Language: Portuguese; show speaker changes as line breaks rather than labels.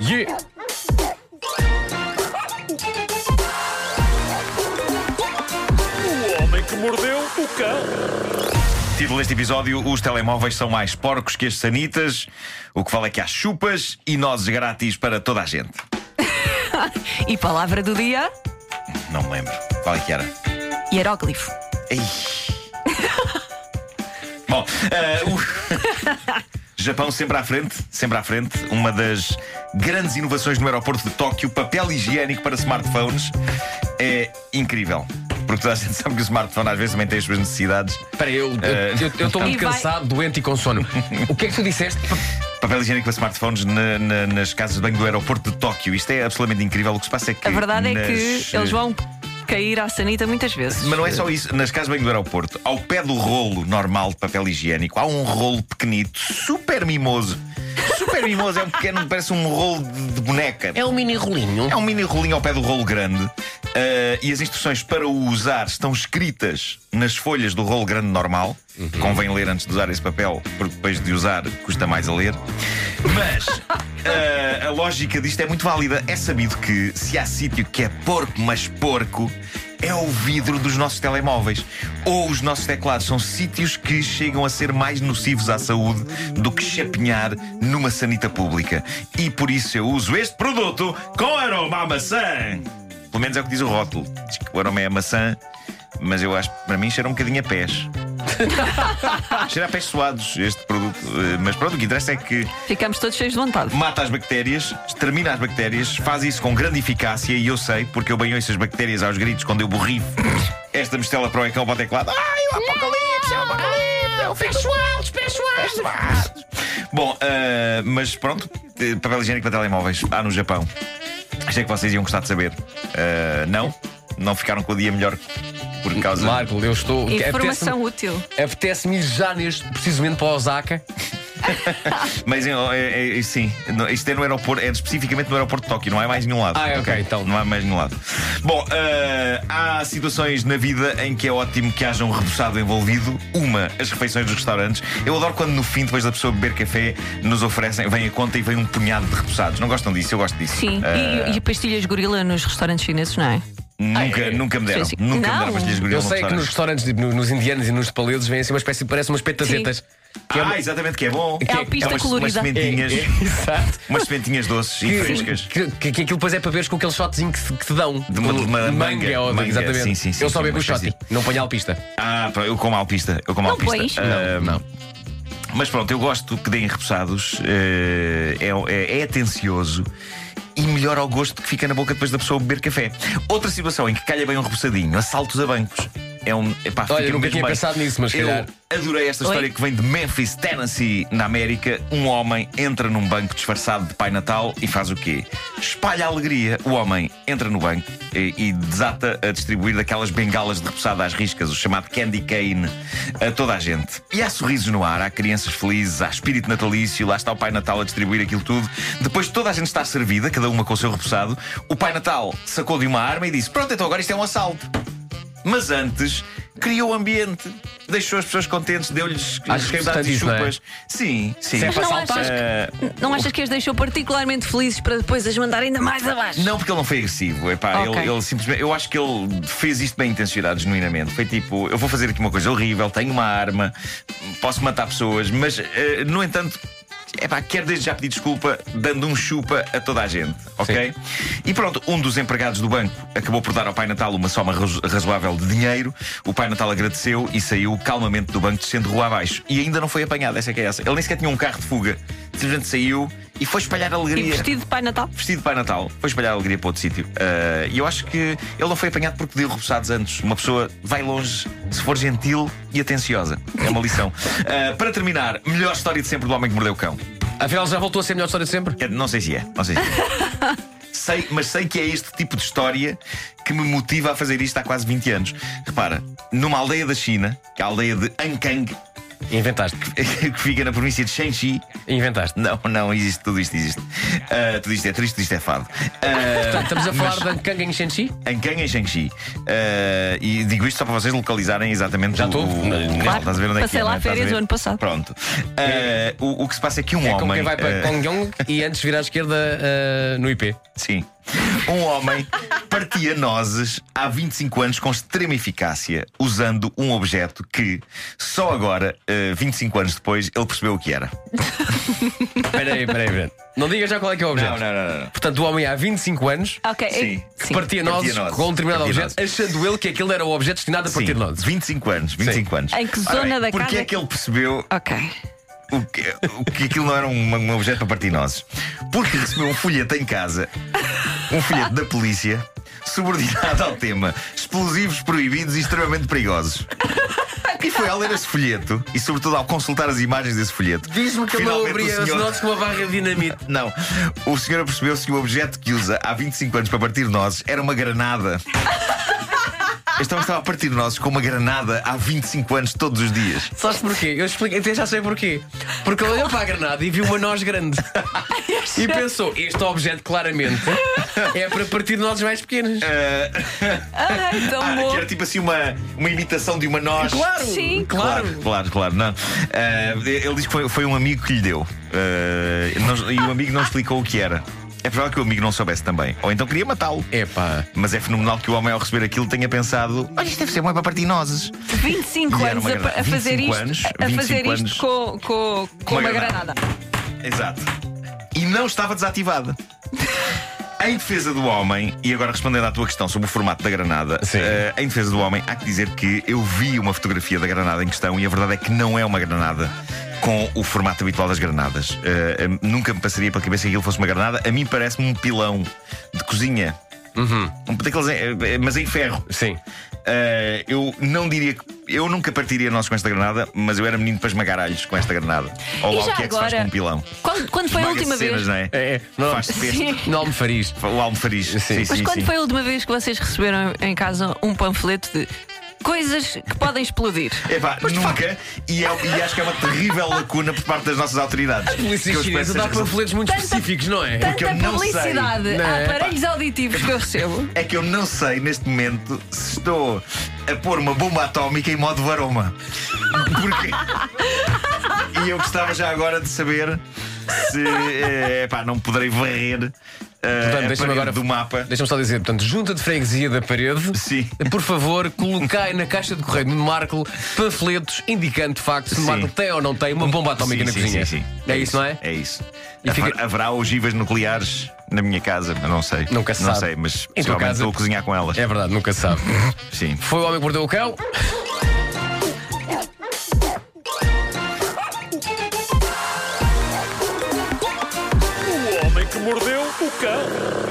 Yeah!
O homem que mordeu o cão.
Título deste episódio: Os telemóveis são mais porcos que as sanitas. O que vale é que há chupas e nozes grátis para toda a gente.
E palavra do dia?
Não me lembro. Qual é que era?
Hieróglifo.
Ei. Bom, eh, o Japão sempre à frente, sempre à frente. Uma das grandes inovações no aeroporto de Tóquio, papel higiênico para smartphones, é incrível. Porque toda a gente sabe que o smartphone às vezes também tem as suas necessidades.
Espera, eu
Eh,
estou muito
E vai-
cansado, doente e com sono. O que é que tu disseste?
Papel higiênico para smartphones na- na- nas casas de banho do aeroporto de Tóquio. Isto é absolutamente incrível. O que se passa é que.
A verdade é
nas-
que eles vão cair à sanita muitas vezes.
Mas não é só isso. Nas casas bem do aeroporto, ao pé do rolo normal de papel higiênico, há um rolo pequenito, super mimoso. Super mimoso, é um pequeno, parece um rolo de, de boneca.
É um mini rolinho.
É um mini rolinho ao pé do rolo grande. ah, e as instruções para o usar estão escritas nas folhas do rolo grande normal. Convém ler antes de usar esse papel, porque depois de usar custa mais a ler. Mas ah, a lógica disto é muito válida. É sabido que se há sítio que é porco, mas porco. É o vidro dos nossos telemóveis ou os nossos teclados. São sítios que chegam a ser mais nocivos à saúde do que chapinhar numa sanita pública. E por isso eu uso este produto com aroma à maçã. Pelo menos é o que diz o rótulo. Diz que o aroma é a maçã, mas eu acho que para mim cheira um bocadinho a pés. cheira a pés suados este produto. Eh, Mas pronto, o que interessa é que
Ficamos todos cheios de vontade.
mata as bactérias, extermina as bactérias, faz isso com grande eficácia e eu sei, porque eu bem ouço as bactérias aos gritos quando eu borrifo esta mistela para o ecrã para o teclado. Ai, o apocalipse, o apocalipse, eu fecho altos, fecho altos, altos. Bom, ah, mas pronto, eh, papel higiênico para telemóveis, há no Japão. Achei que vocês iam gostar de saber. Ah, não? Não ficaram com o dia melhor por causa.
Marco, eu estou.
é
Informação
apetece-me-
útil.
Apetece-me ir já neste, precisamente para Osaka.
Mas eh, eh, eh, sim, no- isto é no aeroporto, é especificamente no aeroporto de Tóquio, não há mais nenhum lado.
Ah, é, ok, então.
Não há mais nenhum lado. Bom, eh, há situações na vida em que é ótimo que haja um rebuçado envolvido. Uma, as refeições dos restaurantes. Eu adoro quando no fim, depois da pessoa beber café, nos oferecem, vem a conta e vem um punhado de rebuçados. Não gostam disso? Eu gosto disso.
Sim.
Eh,
E, e pastilhas gorila nos restaurantes chineses, não é?
nunca,
Ai,
nunca me deram.
sim, sim.
Nunca me
Não.
deram pastilhas de gorila
Ah, Eu
num
sei que nos
restaurante.
restaurantes, tipo, no- nos indianos e nos paledos, vem assim uma espécie, parece umas petazetas. Que é uma-
Ah, exatamente, que é bom.
É alpista
umas-
colorida.
Umas
é,
sementinhas,
é, exato.
umas sementinhas doces e frescas.
Que, que- que aquilo depois é para beberes com aquele shotzinho que, se- que te dão.
De uma- de uma
manga,
manga,
ou de-
manga,
exatamente.
sim, sim, sim,
eu só
sim,
bebo o
uma
shot,
espécie-
não ponho alpista.
Ah, pá, eu como alpista. Eu como
Não
alpista.
pões?
Ah,
Não, não.
Mas pronto, eu gosto que deem repousados. eh, é, é, é atencioso. E melhora o gosto que fica na boca depois da pessoa beber café. Outra situação em que calha bem um repousadinho, assaltos a bancos. É um. Epá,
Olha,
fica no
nunca
mesmo
tinha
meio.
pensado nisso, mas se
Eu
calhar.
adorei esta história
Oi?
que vem de Memphis, Tennessee, na América. Um homem entra num banco disfarçado de Pai Natal e faz o quê? Espalha a alegria. O homem entra no banco e, e desata a distribuir daquelas bengalas de repousada às riscas, o chamado candy cane, a toda a gente. E há sorrisos no ar, há crianças felizes, há espírito natalício, lá está o Pai Natal a distribuir aquilo tudo. Depois de toda a gente estar servida, cada uma com o seu repousado, o Pai Natal sacou de uma arma e disse: Pronto, então agora isto é um assalto. Mas antes criou o ambiente, deixou as pessoas contentes, deu-lhes
Acho
os
que é importante
recados e
isso, não é?
chupas. Sim, sim.
Sempre
não
assaltar.
achas
Eh,
Não achas que as deixou particularmente felizes para depois as mandar ainda mais abaixo?
Não, porque ele não foi agressivo. Epá,
Ok.
ele, ele simplesmente. Eu acho que ele fez isto bem intencionado, genuinamente. Foi tipo: eu vou fazer aqui uma coisa horrível, tenho uma arma, posso matar pessoas, mas, eh, no entanto. Epá, quero desde já pedir desculpa, dando um chupa a toda a gente, ok? E pronto, um dos empregados do banco acabou por dar ao Pai Natal uma soma razo- razoável de dinheiro. O Pai Natal agradeceu e saiu calmamente do banco, descendo rua abaixo. E ainda não foi apanhado, essa é que é essa. Ele nem sequer tinha um carro de fuga. Simplesmente saiu e foi espalhar
E
alegria
vestido de Pai Natal?
vestido de Pai Natal, foi espalhar a alegria para outro sítio. Ah, E eu acho que ele não foi apanhado porque deu repousados antes. Uma pessoa vai longe se for gentil e atenciosa. É uma lição. Ah, para terminar, melhor história de sempre do homem que mordeu o cão.
Afinal, já voltou a ser a melhor história de sempre?
É, Não sei se é, não sei se é. Sei, mas sei que é este tipo de história que me motiva a fazer isto há quase 20 anos. Repara, numa aldeia da China, que é a aldeia de Ankang,
Inventaste.
que fica na província de Shanxi.
Inventaste.
Não, não, existe, tudo isto existe. Ah, tudo isto é triste, tudo isto é fado. Ah,
Portanto, estamos a falar da Kang em Shenxi?
em Kang, em Shang-Chi. Eh, e digo isto só para vocês localizarem exatamente
Já
o,
estou.
o, o-
Claro.
o- estás a ver onde é que
Passei
é,
lá
não é? Estás a
férias
ver?
o ano passado.
Pronto. Eh, o, o que se passa é que um
É como
homem.
quem vai para
eh,
Kongyong e antes vira à esquerda eh, no IP.
Sim. Um homem partia nozes há 25 anos com extrema eficácia, usando um objeto que só agora, eh, 25 anos depois, ele percebeu o que era.
Peraí, peraí, peraí. Não diga já qual é que é o objeto.
não, não. não.
Portanto, o homem há 25 anos
Ok.
Sim.
é-
que partia nozes
Partia nozes.
com um determinado
Partia
objeto, achando ele que aquele era o objeto destinado a partir
Sim,
de nozes.
25 anos, 25 anos.
Em que
Ora
zona
bem,
da
Porque
casa
é que ele percebeu
Ok.
o que, o que aquilo não era um, um objeto para partir nozes. Porque recebeu um folheto em casa, um folheto da polícia, subordinado ao tema explosivos proibidos e extremamente perigosos. E foi ao ler esse folheto e, sobretudo, ao consultar as imagens desse folheto.
Diz-me que ele não
finalmente
abria
o
as
senhor-
nozes com uma barra de dinamite.
Não, o senhor percebeu-se que o objeto que usa há 25 anos para partir nozes era uma granada. Este homem estava a partir nozes com uma granada há 25 anos, todos os dias.
Sabes porquê? Eu explico, até já sei porquê. Porque ele olhou para a granada e viu uma noz grande. e pensou: este objeto claramente é para partir de nozes mais pequenas.
É.
Ai, tão
Ah,
bom.
que era tipo assim uma, uma imitação de uma noz.
Sim.
Claro, claro, claro. Não. Ah, ele diz que foi, foi um amigo que lhe deu. Ah, não- e o amigo não explicou o que era. É provável que o amigo não soubesse também. Ou então queria matá-lo.
Epá.
Mas é fenomenal que o homem, ao receber aquilo, tenha pensado: Olha, isto deve ser uma para partir nozes.
25
E era
anos
uma
a,
granada.
a fazer
25
isto,
anos,
a fazer
25
isto com, com, com
Uma
uma,
granada.
granada.
Exato. E não estava desativada. Em defesa do homem, e agora respondendo à tua questão sobre o formato da granada,
Sim.
eh, em defesa do homem, há que dizer que eu vi uma fotografia da granada em questão e a verdade é que não é uma granada com o formato habitual das granadas. Eh, eh, nunca me passaria pela cabeça que aquilo fosse uma granada. A mim parece-me um pilão de cozinha. Um daqueles, eh, eh, mas em ferro.
Uhum. Sim.
Eh, eu não diria que. Eu nunca partiria nós com esta granada, mas eu era menino para esmagar alhos com esta granada. Ou
E
lá o
já
que é que se faz
agora?
com um pilão.
Quando, quando foi a
Esmaga
última
cenas,
vez?
Não é?
É, é. Não,
Faz peste.
Sim.
não me farias.
O almofariz. Sim, sim,
Mas
Mas
sim.
quando foi a última vez que vocês receberam em casa um panfleto de coisas que podem explodir?
Epá, nunca. E, é- e acho que é uma terrível lacuna por parte das nossas autoridades.
Polícia
Que eu espero
chinesa
que
dá
seja assim. resolvida.
panfletos muito
Tanta-
específicos, não é?
que eu
Tanta
não sei,
publicidade
não
a
é?
aparelhos auditivos que eu recebo.
É que eu não sei neste momento se estou a pôr uma bomba atómica em modo aroma. Porque. e eu gostava já agora de saber se. eh, Epá, não poderei varrer. eh,
Portanto,
a
deixa-me
parede
agora-
do mapa.
Deixa-me só dizer, portanto, junta de freguesia da parede,
Sim.
por favor, colocai na caixa de correio no Marco panfletos indicando de facto se o
Sim.
Marco tem ou não tem uma bomba atómica
Sim,
na
sim,
cozinha.
sim, sim.
É, isso, não é?
É isso.
E
Haver-
fica-
Haverá ogivas nucleares na minha casa? Eu Não sei.
Nunca se
Não
sabe.
sei, mas
Em tua
principalmente
casa-
estou a cozinhar com elas.
É verdade, nunca se sabe.
Sim.
Foi o homem que mordeu o cão.
O homem que mordeu o cão.